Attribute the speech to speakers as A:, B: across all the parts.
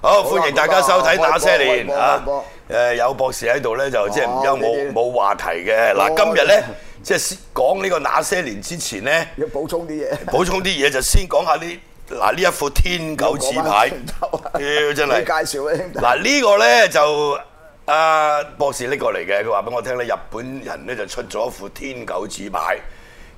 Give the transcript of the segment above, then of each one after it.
A: 好，歡迎大家收睇《
B: 好啊
A: 那些年
B: 開》波
A: 啊
B: 開波！
A: 誒有博士喺度咧，就即係唔憂
B: 哦呢
A: 冇
B: 啲
A: 冇話題嘅。
B: 哦
A: 嗱，今日咧即係先講呢個《那些年》之前咧，
B: 要補充啲嘢。
A: 補充啲嘢就先講下呢嗱呢一副天狗紙
B: 啊
A: 牌，屌真係
B: 你介紹啊兄弟
A: 嗱呢個咧就阿博士拎過嚟嘅，佢話俾我聽咧，日本人咧就出咗一副天狗紙牌。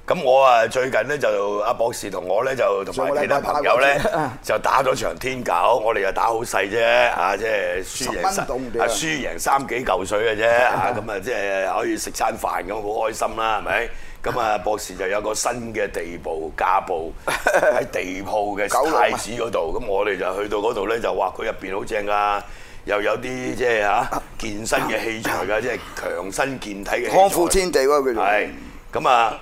A: 咁我啊最近咧就阿博士同我咧就同埋其他朋友咧
B: 上個禮拜打過
A: 就打咗場天狗，我哋就打好細啫，啊即係輸贏
B: 十蚊到唔
A: 三
B: 掉
A: 啊輸贏三幾嚿水嘅啫，啊咁啊即係可以食餐飯咁好開心啦，係咪？咁 啊博士就有個新嘅地步家步喺地鋪嘅
B: 九龍啊
A: 太子嗰度，咁我哋就去到嗰度咧就話佢入邊好正㗎。又有啲即係嚇健身嘅器材 㗎，即係強身健體嘅器材
B: 康富天地嗰個叫做
A: 係咁啊！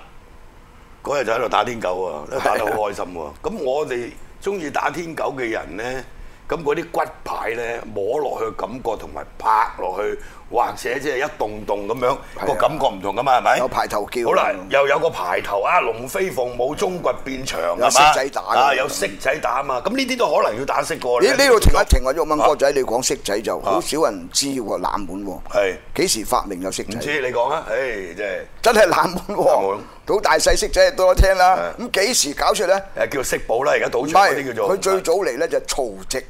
A: 嗰日就喺度打天狗喎，打得好開心
B: 啊
A: 喎。咁我哋中意打天狗嘅人咧，咁嗰啲骨牌咧摸落去嘅感覺同埋拍落去，或者即係一棟棟咁樣
B: 係啊
A: 個感覺唔同噶嘛，係咪？
B: 有排頭叫
A: 好啦，又有個排頭啊，龍飛鳳舞，中骨變長係嘛？
B: 有色仔打㗎
A: 啊，有色仔打啊嘛。咁呢啲都可能要打色過
B: 咦？呢度停一停啊！鬱敏哥仔，你講色仔就好少人知喎，冷門喎。
A: 係
B: 幾時發明有色
A: 唔
B: 仔？
A: 知你講啊，唉，真係。
B: 真係冷門
A: 冷
B: 喎，老大細色仔多得聽啦。
A: 係
B: 咁幾時搞出咧？
A: 誒叫色寶啦，而家
B: 唔
A: 賭場嗰啲
B: 係，
A: 叫做
B: 佢最早嚟咧就曹植，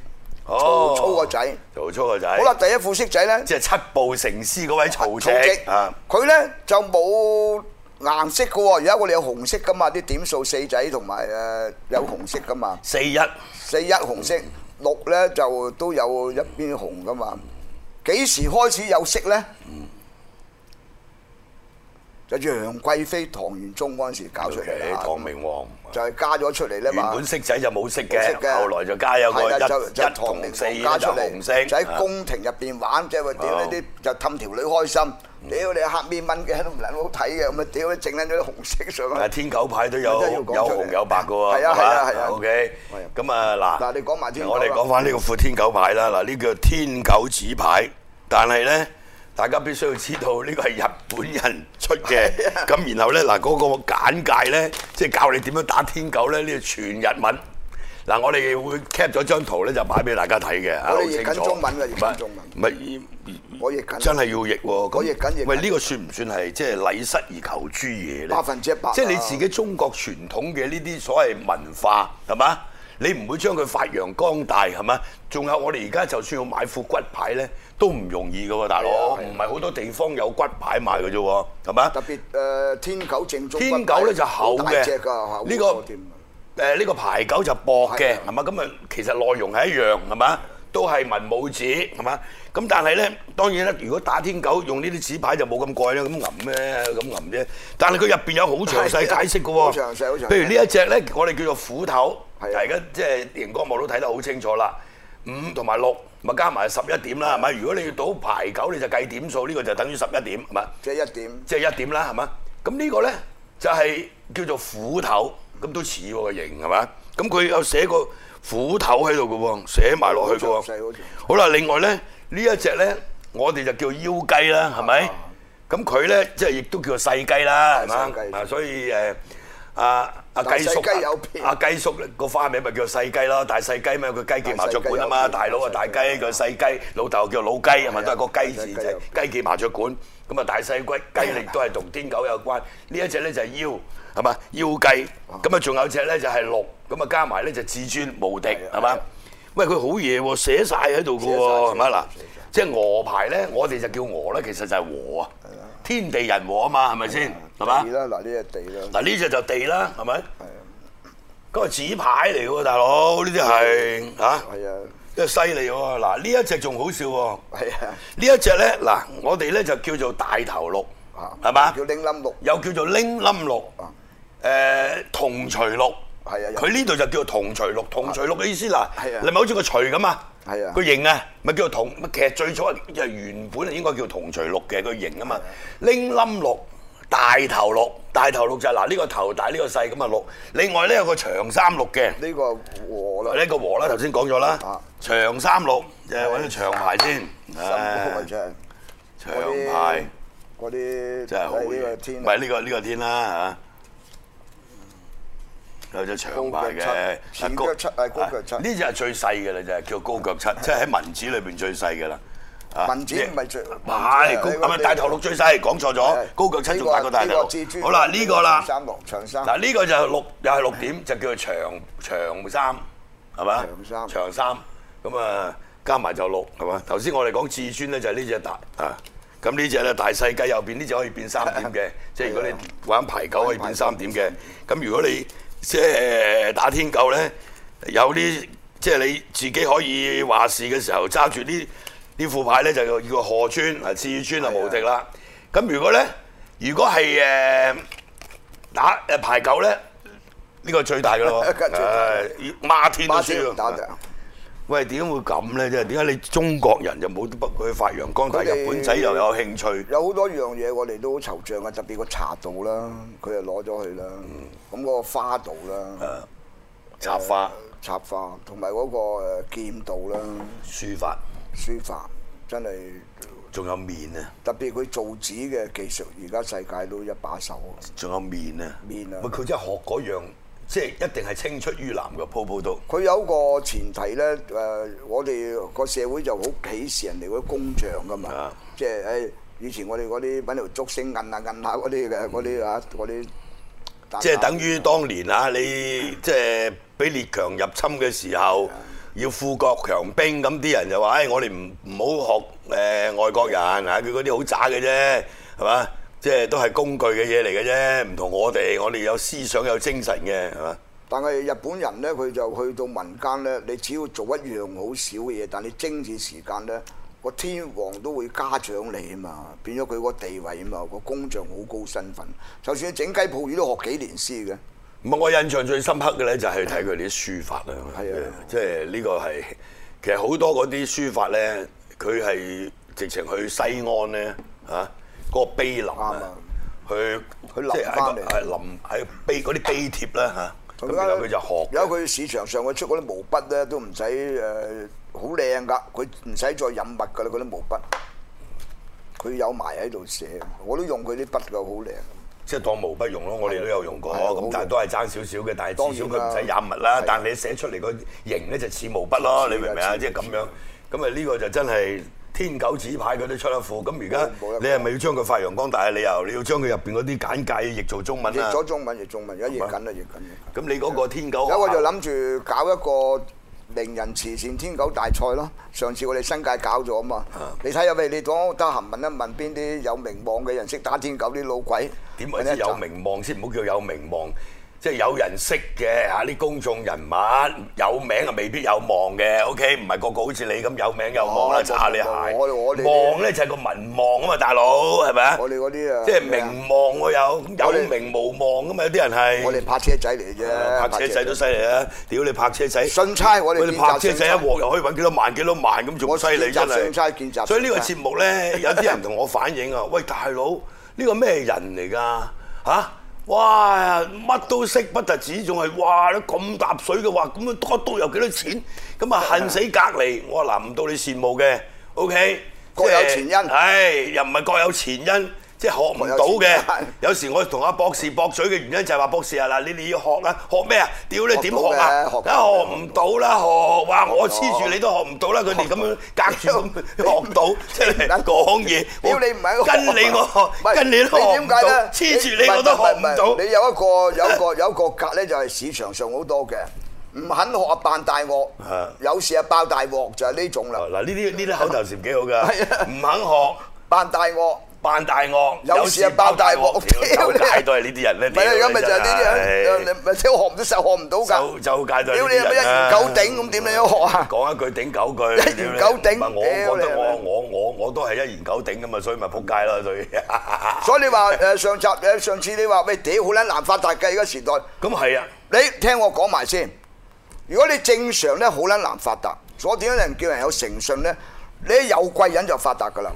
A: 哦
B: 曹操個仔。
A: 曹操個仔。
B: 好啦，第一副色仔咧，
A: 即係七步成詩嗰 位曹
B: 曹
A: 植
B: 植
A: 啊，
B: 佢咧就冇顏色嘅喎。而家我哋有紅色噶嘛，啲點數四仔同埋誒有紅色噶嘛。
A: 四一
B: 四一紅色，
A: 嗯
B: 六咧就都有一邊紅噶嘛。幾時開始有色咧？就楊貴妃、唐玄宗嗰陣時搞出嚟
A: ，OK，
B: 啦，
A: 唐明皇。
B: 啊就係加咗出嚟咧
A: 原
B: 嘛
A: 本。色仔就冇色
B: 冇
A: 嘅
B: 色嘅，
A: 後來就加有個一
B: 係啦就就
A: 一
B: 唐明
A: 同四
B: 皇加
A: 咧就
B: 出
A: 紅
B: 嚟，
A: 色，
B: 就喺
A: 啊
B: 宮廷入邊玩，即係話屌呢啲就氹條女開心，屌你黑面蚊嘅都唔撚好睇嘅，咁啊屌你整撚咗啲紅色
A: 啊
B: 上去。
A: 天九牌都有
B: 真係要
A: 有
B: 講出嚟
A: 紅有白嘅喎，
B: 係啊
A: 係嘛
B: 係啊係啊
A: OK，
B: 係啊
A: 咁啊嗱，
B: 嗱你講埋天九
A: 我
B: 啦
A: 哋講翻呢個副天九牌啦，嗱呢叫天九紙牌，但係咧大家必須要知道呢個係日本人出嘅，
B: 啊
A: 咁然後咧嗱嗰個簡介咧，即係教你點樣打天九咧，呢個全日文。嗱，我哋會 cap 咗張圖咧，就擺俾大家睇嘅，啊
B: 我哋
A: 好清
B: 譯緊
A: 楚
B: 中文㗎譯緊中
A: 唔係唔係
B: 我譯緊
A: 真係要譯喎。咁
B: 我譯緊譯緊
A: 喂，呢個算唔算係即係禮失而求諸嘢咧？
B: 百分之一百
A: 即係你
B: 啊
A: 自己中國傳統嘅呢啲所謂文化係嘛？你唔會將佢發揚光大係嘛？仲有我哋而家就算要買副骨牌咧，都唔容易㗎喎，大佬，
B: 係啊係啊
A: 唔係好多地方有骨牌賣嘅啫喎，係嘛？
B: 特別誒天九正宗，
A: 天狗咧就厚
B: 好
A: 嘅
B: 大隻㗎，厚，
A: 呢
B: 好多
A: 個
B: 添
A: 誒呢個排狗就薄
B: 係
A: 嘅
B: 啊，
A: 係嘛？咁啊，其實內容係一樣，係嘛？都係文武字，係嘛？咁但係咧，當然咧，如果打天狗用呢啲紙牌就冇咁貴啦，咁吟咩？咁吟啫。但係佢入邊有好詳細
B: 係啊
A: 解釋嘅喎，
B: 好詳細好詳細
A: 譬如呢一隻咧，我哋叫做斧頭，
B: 係啊
A: 而家即係熒光幕都睇得好清楚啦。五同埋六，咪加埋十一點啦，係咪？如果你要賭排狗，你就計點數，呢個就等於十一點，係咪？
B: 即係一點。
A: 即係一點啦，係嘛？咁呢個咧就係叫做斧頭，咁都似喎個形係嘛？咁佢有寫個斧頭喺度嘅喎，寫埋落去嘅
B: 好詳細好
A: 喎
B: 似。
A: 好啦，另外咧呢一隻咧，我哋就叫腰雞啦，係
B: 啊
A: 咪？咁佢咧即係亦都叫做細雞啦，係
B: 細
A: 嘛？
B: 雞
A: 啊，所以誒。阿阿
B: 但
A: 雞叔，
B: 細雞有別
A: 阿雞叔個花名咪叫細雞咯，大細雞咩？佢雞記麻雀館啊嘛，大
B: 大細雞
A: 佬
B: 有
A: 啊
B: 別
A: 大雞，佢細雞，老豆叫老雞，係咪
B: 係啊
A: 都係個雞字
B: 大細雞有別
A: 啫？雞記麻雀館，咁啊大細龜雞亦都係啊同天狗有關。呢一隻咧就係腰，係嘛腰雞，咁啊仲有隻咧就係鹿，咁啊加埋咧就至尊無敵，係嘛？喂，佢好嘢喎，寫晒喺度嘅喎，係咪嗱？即係鵝牌咧，我哋就叫鵝咧，其實就係和啊，天地人和啊嘛，係咪先？係嘛
B: 地？啦，嗱呢只地啦，
A: 嗱呢只就地啦，啊係咪？嗰個紙牌嚟嘅喎，大佬，呢啲係嚇。
B: 係啊，
A: 真係犀利喎！嗱，呢一隻仲好笑喎。
B: 係啊
A: 呢一隻咧，嗱，我哋咧就叫做大頭鹿，係嘛？
B: 啊叫拎冧鹿
A: 又叫做拎冧鹿
B: 啊，
A: 誒銅錘鹿。
B: 係啊有啊
A: 佢呢度就叫銅錘鹿。銅錘鹿嘅意思嗱，
B: 係啊
A: 你咪好似個錘咁啊？
B: 係啊
A: 佢形啊，咪叫做銅。其實最早就原本應該叫銅錘鹿嘅，佢形啊嘛。拎冧鹿。大頭鹿，大頭鹿就係嗱呢個頭大呢個細咁嘅鹿，另外咧有個長衫鹿嘅，
B: 呢個和啦，
A: 呢個和啦，頭先講咗啦
B: 啊，
A: 長三六，誒揾啲長牌先，
B: 辛苦
A: 唉
B: 啊真係。
A: 長牌
B: 嗰啲
A: 真係好
B: 哎呢個
A: 嘢，
B: 天啊
A: 唔係呢個呢個天啦啊嚇，有隻長牌嘅，啊
B: 高腳七前腳七係高腳七
A: 呢只係最細嘅啦，就係叫高腳 七，即係喺文字裏邊最細嘅啦。啊
B: 文字唔係最
A: 唔係高，
B: 文字係
A: 唔係大頭鹿最細，講錯咗，高腳七仲大過大
B: 哎呢個
A: 頭
B: 至尊
A: 鹿。好啦，呢個啦
B: 長。衫龍長衫
A: 嗱呢個就係六又係六點，就叫做長長衫，係嘛？
B: 長衫，
A: 長衫咁啊，加埋就六係嘛？頭先我哋講至尊咧就係呢只大啊，咁呢只咧大細雞右邊呢只可以變三點 嘅，即係如果啊你玩排九可以變三點嘅，咁如果你即係打天狗咧，有啲即係你自己可以話事嘅時候揸住呢呢副牌咧就叫叫賀川啊至尊啊無敵啦，咁如果咧如果係誒。呃打誒排九咧，呢個最大嘅咯
B: 梗係 最大
A: 誒孖天都
B: 巴士
A: 輸
B: 打
A: 喎
B: 仗。，
A: 喂，點解會咁咧？即係點解你中國人就冇得北去發揚光大，
B: 佢哋
A: 日本仔又有興趣？
B: 有好多樣嘢我哋都好惆悵嘅，啊特別個茶道啦，佢就攞咗去啦。咁嗰個花道啦，
A: 插花、
B: 插花同埋嗰個誒劍道啦，
A: 書法，
B: 書法真係
A: 仲有面啊，
B: 特別佢造紙嘅技術，而家世界都一把手。
A: 仲有面啊，
B: 面啊
A: 喂，佢真係學嗰樣，即係一定係青出於藍嘅，鋪鋪都。
B: 佢有個前提咧，誒、我哋個社會就好鄙視人哋嗰啲工匠噶嘛，
A: 啊
B: 即係誒、以前我哋嗰啲揾條竹升摁下摁下嗰啲嘅嗰啲啊嗰啲，
A: 即係等於當年啊，你即係俾列強入侵嘅時候，要富國強兵，咁啲人就話：，哎唉，我哋唔唔好學誒、呃外國人啊，佢嗰啲好渣嘅啫，係嘛？即係都係工具嘅嘢嚟嘅啫，唔同我哋，我哋有思想有精神嘅，係嘛？
B: 但係日本人咧，佢就去到民間咧，你只要做一樣好少嘅嘢，但你精緻時間咧，個天皇都會嘉獎你啊嘛，變咗佢個地位啊嘛，個工匠好高身份，就算整雞泡魚都學幾年師嘅。
A: 唔係我印象最深刻嘅咧，就係睇佢哋啲書法啦。
B: 係啊
A: 即係呢個係其實好多嗰啲書法咧，佢係直情去西安咧嚇，嗰、個碑林
B: 啱
A: 啊
B: 啊，
A: 去
B: 佢臨
A: 即係喺
B: 返
A: 個
B: 嚟
A: 係臨喺碑嗰啲碑帖啦嚇。咁然後佢就學
B: 而家佢市場上佢出嗰啲毛筆咧，都唔使誒好靚噶，佢唔使再引墨噶啦，嗰啲毛筆，佢有埋喺度寫，我都用佢啲筆噶，好靚。
A: 即係當毛筆用咯，我哋都有用過，
B: 係啊
A: 咁
B: 好
A: 但係都係爭少少嘅，但係至少佢
B: 當
A: 唔
B: 然啦
A: 使染墨啦
B: 係啊。
A: 但係你寫出嚟個型咧就似毛筆咯，
B: 似
A: 你
B: 啊
A: 明唔明啊？
B: 似
A: 即係咁樣，咁啊呢個就真係天狗紙牌佢都出一副。咁而家
B: 冇冇得講
A: 你係咪要將佢發揚光大啊？你又你要將佢入邊嗰啲簡介譯做中文啊
B: 譯？咗中文，譯中文，而家譯緊啦，譯緊啦。
A: 咁你嗰個天狗
B: 有我就諗住搞一個名人慈善天狗大賽咯。上次我哋新界搞咗啊嘛，你睇下喂，你講得閒問一問邊啲有名望嘅人識打天狗啲老鬼，
A: 點為之有名望先？唔好叫有名望，即係有人識嘅嚇啲公眾人物，有名啊未必有望嘅。OK，唔係個個好似你咁有名有望啦，
B: 哦
A: 擦你鞋。
B: 我我哋
A: 望咧就係個民望啊嘛，大佬係咪啊？
B: 我哋嗰啲啊
A: 即係名望我有，有
B: 我哋
A: 名無望噶啊嘛，有啲人係。
B: 我哋泊車仔嚟嘅啫，
A: 拍車仔都犀利啊！屌你拍車仔，
B: 信差我哋
A: 喂你拍車
B: 見習信
A: 仔
B: 差
A: 一鑊又可以揾幾多萬幾多萬咁，仲犀利
B: 我見
A: 真
B: 習
A: 係。
B: 信差見習信差
A: 所以呢個節目 咧，有啲人同我反映啊，喂大佬，呢個咩人嚟㗎？嚇！哇！乜都識不特止，仲係哇！你咁搭水嘅話，咁樣多都有幾多錢？咁 啊恨死隔離！我話嗱，唔到你羨慕嘅，OK，
B: 各有前因
A: 即係唉，又唔係各有前因，即係學唔到
B: 各有
A: 嘅
B: 前因。
A: 有時我同阿博士駁嘴嘅原因就係話博士啊嗱，你哋要學啊，學咩啊？屌你點學啊？
B: 學到嘅學
A: 梗係學唔到啦，學哇我黐住你都學唔到啦，佢哋咁樣隔住咁 學到，即係講嘢。
B: 屌你唔係一個
A: 跟你我
B: 唔
A: 學，
B: 係
A: 跟你都
B: 你
A: 學
B: 點
A: 唔
B: 解
A: 到
B: 咧，
A: 黐住你我都學唔
B: 係係係
A: 到。
B: 你有一個有一個有一個格咧，就係市場上好多嘅，唔肯學啊扮大鑊
A: 啊，
B: 有時啊爆
A: Ờ.
B: 大鑊就係呢種啦，
A: 嗱呢啲呢啲口頭禪幾好
B: 係啊
A: 㗎，唔肯學。
B: 扮大鑊
A: 扮大惡，
B: 有時啊爆大鑊
A: 屌
B: 屌你
A: 周街都係呢啲人咧。
B: 唔係啊，而家咪就係呢啲
A: 真
B: 人，咪即係學唔到實學唔到
A: 周
B: 㗎。
A: 周街都係
B: 屌
A: 呢
B: 你
A: 啲
B: 咪一
A: 人
B: 言
A: 啦
B: 九鼎咁點
A: Ờ.
B: 樣學啊？
A: 講一句頂九句，
B: 一言九鼎
A: 唔係我覺
B: 屌你
A: 得我
B: 老
A: 我我我都係一言九鼎噶嘛，所以咪撲街啦，所以
B: 所以你話誒上集誒上次你話喂屌好撚難發達嘅而家時代，
A: 咁係啊，
B: 你聽我講埋先。如果你正常咧，好撚難發達。所以點解人叫人有誠信咧？你一有貴人就發達㗎啦。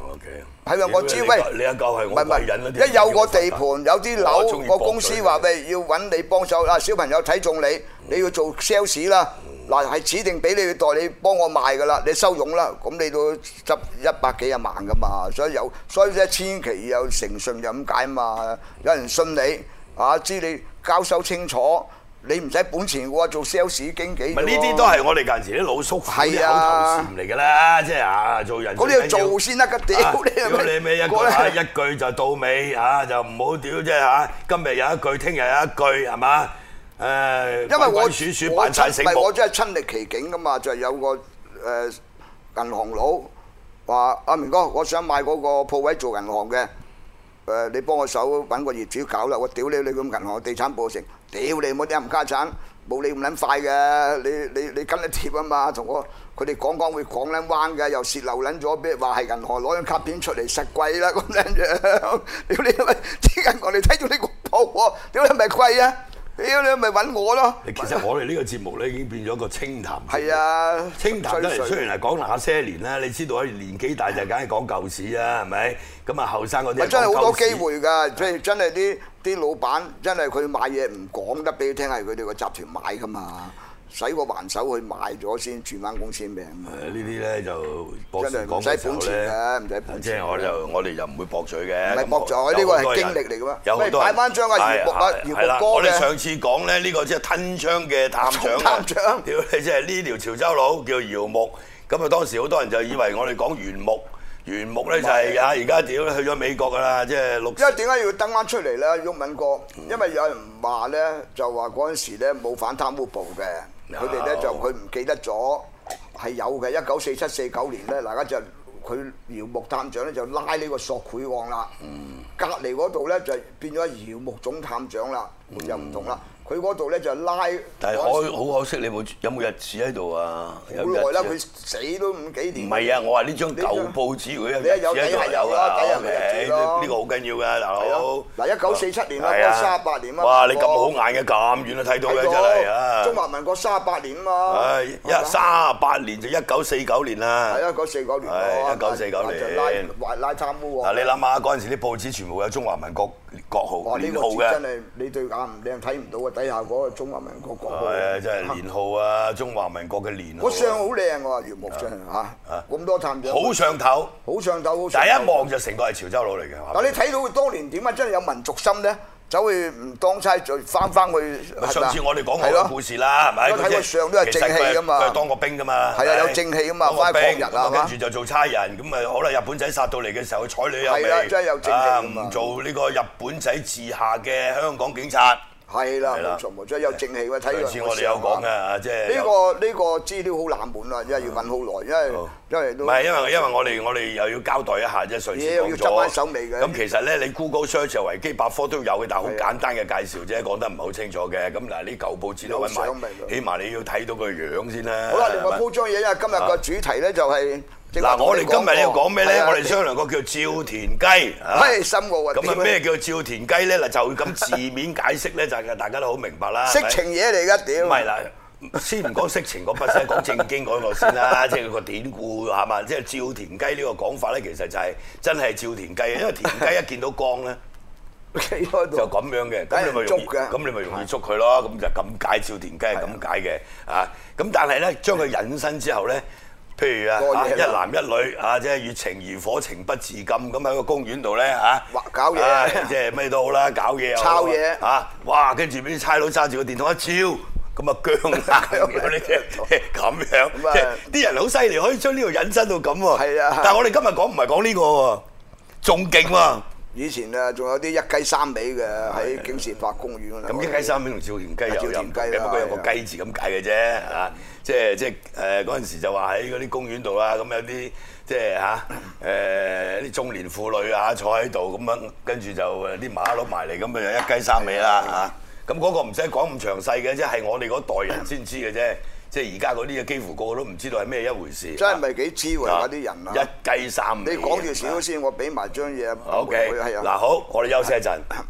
B: 係咪？我知
A: 你
B: 喂，
A: 你阿夠係
B: 唔
A: 我
B: 係唔
A: 貴人啦
B: 係，一有個地盤有啲
A: 我
B: 樓
A: 中意，
B: 個
A: 搏
B: 公司
A: 佢
B: 話喂要揾你幫手啊，小朋友睇中你，你要做 sales 啦，嗱係指定俾你代理幫我賣噶啦，你收佣啦，咁你都執一百幾廿萬噶嘛，所以有所以咧千祈有誠信就咁解嘛，有人信你啊，知你交收清楚，你唔使本錢嘅喎，做 sales 經紀啫喎。
A: 唔係呢啲都係我哋近時啲老叔父啲
B: 係
A: 口
B: 啊
A: 頭禪嚟㗎啦，即係啊做人
B: 嗰啲要做先得㗎
A: 啊
B: 屌你係咪
A: 屌你咩一句
B: 嗰啲
A: 啊一句就到尾嚇，就唔好屌啫嚇。今日有一句，聽日有一句係嘛？誒，
B: 因為我
A: 鬼鬼鼠鼠
B: 我
A: 扮晒
B: 親
A: 醒
B: 唔係我
A: 目，
B: 真係親歷其境噶嘛，就係有個誒、呃、銀行佬話：阿明哥，我想買嗰個鋪位做銀行嘅，誒、你幫我手揾個業主搞啦！我屌你你咁銀行地產部成，屌你冇啲冚家產，冇你咁撚快嘅，你你你跟得貼啊嘛，同我佢哋講講會講撚彎嘅，又泄漏撚咗，俾話係銀行攞張卡片出嚟實貴啦咁樣樣， 屌你咪啲銀行你睇住你個鋪喎，屌你咪貴啊！屌你咪揾我咯！
A: 其實我哋呢個節目咧已經變咗個清談節目。
B: 係啊，
A: 清談得嚟
B: 吹水
A: 雖然係講那些年啦，你知道年紀大就梗係講舊事啊，係咪？咁啊後生嗰啲
B: 咪
A: 係
B: 真係好多
A: 講舊事
B: 機。會㗎，即係真係啲啲老闆真係佢買嘢唔講得俾你聽，係佢哋個集團買㗎嘛，使個還手去買咗先轉翻公司名。
A: 誒呢啲咧就博士
B: 真係
A: 講
B: 唔使
A: 嘅時候
B: 本
A: 咧
B: 錢嘅唔使本錢
A: 即係我就我哋就唔會博嘴嘅。
B: 唔係
A: 咁
B: 博嘴
A: 我
B: 呢個係
A: 有好多人
B: 經歷嚟㗎嘛
A: 有好
B: 喂
A: 多人
B: 擺返張啊
A: 係
B: 姚木啊
A: 係
B: 姚木
A: 係啦
B: 哥嘅
A: 我哋上次講咧呢個即係吞槍嘅探長啊。
B: 探長
A: 屌你！即係呢條潮州佬叫姚木，咁啊當時好多人就以為我哋講袁木，袁木咧就係啊而家屌去咗美國㗎啦，即係六
B: 因為點解要登翻出嚟咧？鬱敏哥，
A: 嗯
B: 因為有人話咧，就話嗰陣時咧冇反貪污部嘅，佢哋
A: 啊
B: 咧就佢唔記得咗係有嘅。一九四七四九年咧，大家就佢姚木探長咧就拉呢個索賄案啦。
A: 嗯
B: 隔離嗰度咧就變咗姚木總探長啦，又唔同啦。佢嗰度咧就拉嗰陣時，
A: 嗯但係可好可惜，你冇有冇日子喺度啊？有日子
B: 好耐啦，佢死都五幾
A: 唔
B: 年。
A: 係啊！我話呢張舊報紙，如果有日
B: 你有
A: 子
B: 底
A: 喺
B: 係
A: 度
B: 有
A: 有
B: 啦
A: 啊
B: 底係有日
A: ，OK，
B: 子
A: 呢
B: 咯
A: 呢個好緊要㗎，大佬
B: 係。啊嗱1947年啦
A: 係啊
B: 過38年啦
A: 哇！你咁好眼嘅，咁遠都睇到
B: 係
A: 嘅，
B: 咯
A: 真係啊！
B: 中華民國三十八年啊嘛。
A: 唉，一
B: 係嘛
A: 三八年就一九四九年啦。
B: 係一啊九四九年哦
A: 係1949年
B: 就拉話拉貪污喎。
A: 嗱，你諗下嗰陣時啲報紙全部有中華民國國號
B: 哇！呢
A: 年
B: 個
A: 號
B: 字
A: 嘅
B: 真。係你對眼唔靚睇唔到嘅，底下嗰個中華民國國號。
A: 係啊，真係年號啊，中華民國嘅年號
B: 個
A: 啊。
B: 相好靚喎，袁木相嚇，咁多探長，
A: 好上頭，
B: 好上頭，好
A: 但
B: 上
A: 係
B: 頭
A: 一望就成個係潮州佬嚟嘅。
B: 但你睇到佢當年點解啊真係有民族心咧？走去唔當差，再翻翻去。
A: 咪上次我哋講
B: 係
A: 我
B: 咯
A: 嘅故事啦，係咪？
B: 因為睇個相都係正氣
A: 其實佢
B: 㗎嘛
A: 係佢係當過兵㗎嘛，
B: 係啊
A: 咪
B: 有正氣㗎嘛
A: 當過
B: 返去
A: 兵
B: 抗日啊
A: 咁啊
B: 嘛
A: 跟住就做差人，咁咪可能日本仔殺到嚟嘅時候，佢睬你有味。
B: 係啊真係有正氣
A: 啊
B: 㗎嘛
A: 唔做呢個日本仔治下嘅香港警察。
B: 係啦，
A: 係啦
B: 冇錯冇錯，有正氣喎，睇佢
A: 上次我哋有講嘅，啊即係
B: 啊呢個呢個資料好冷門啊啦，因為要揾好耐，因為
A: 好
B: 哦因為都
A: 唔係因為因為我哋我哋又要交代一下啫，上次
B: 嘢要
A: 講
B: 執
A: 咗
B: 返手尾嘅
A: 咁其實咧，你 Google search 維基百科都有嘅，但係好
B: 係啊
A: 簡單嘅介紹啫，講得唔係好清楚嘅。咁嗱，呢舊報紙都
B: 有相
A: 揾
B: 咪
A: 埋
B: 咯，
A: 起碼你要睇到個樣先啦。
B: 好啦，另
A: 係
B: 外
A: 咪
B: 鋪張嘢，因為今日個主題咧就係正話
A: 嗱，我哋今日要
B: 同
A: 講
B: 你
A: 咩咧？
B: 過啊
A: 我哋商量過叫照田雞。
B: 係深奧啊！
A: 咁啊
B: 屌，
A: 咩叫照田雞咧？嗱，就咁字面解釋咧，就係大家都好明白啦。係咪
B: 色情嘢嚟㗎？屌，
A: 唔係啦，先唔講色情嗰筆先，講正經嗰個先啦，即係個典故係嘛？即係照田雞呢個講法咧，其實就係真係照田雞，因為田雞一見到光咧
B: 企 喺
A: 就
B: 度
A: 咁樣嘅，咁你咪容易，
B: 梗係捉嘅
A: 咁你咪容易捉佢咯。咁就咁解照田雞係咁解嘅啊。咁但係咧，將佢引申之後咧。譬如啊
B: 多，
A: 啊
B: 嘢
A: 一
B: 啦
A: 男一女啊，即係越情如火，情不自禁咁喺個公園度咧嚇
B: 哇，搞嘢
A: 啊即係咩都好啦，搞嘢又好
B: 抄嘢
A: 啊！哇，跟住俾啲差佬揸住個電筒一照。咁啊僵 啦，咁樣呢咁樣，
B: 啊咁啊
A: 即係啲人好犀利，可以將呢度引申到咁喎。
B: 係啊
A: 但係我哋今日講唔係講呢個喎，仲勁喎，
B: 以前啊，仲有啲一雞三尾嘅喺警視法公園嗰度。
A: 咁一雞三尾同趙田雞又有唔同
B: 啊趙田雞
A: 嘅，
B: 啦
A: 不過有個雞字咁解嘅啫嚇，即係即係誒嗰陣時就話喺嗰啲公園度啦，咁有啲即係嚇誒啲中年婦女啊坐喺度咁樣，跟住就誒啲馬碌埋嚟，咁咪就一雞三尾啦啊嚇。咁嗰個唔使講咁詳細嘅，即係我哋嗰代人先知嘅啫。即係而家嗰啲嘢幾乎個個都唔知道係咩一回事。啊
B: 真係唔係幾知喎而家啲人啊！
A: 一雞三
B: 你
A: 尾。
B: 講住少先，我俾埋張嘢。
A: OK，
B: 係啊。
A: 嗱好，我哋休息一陣。 啊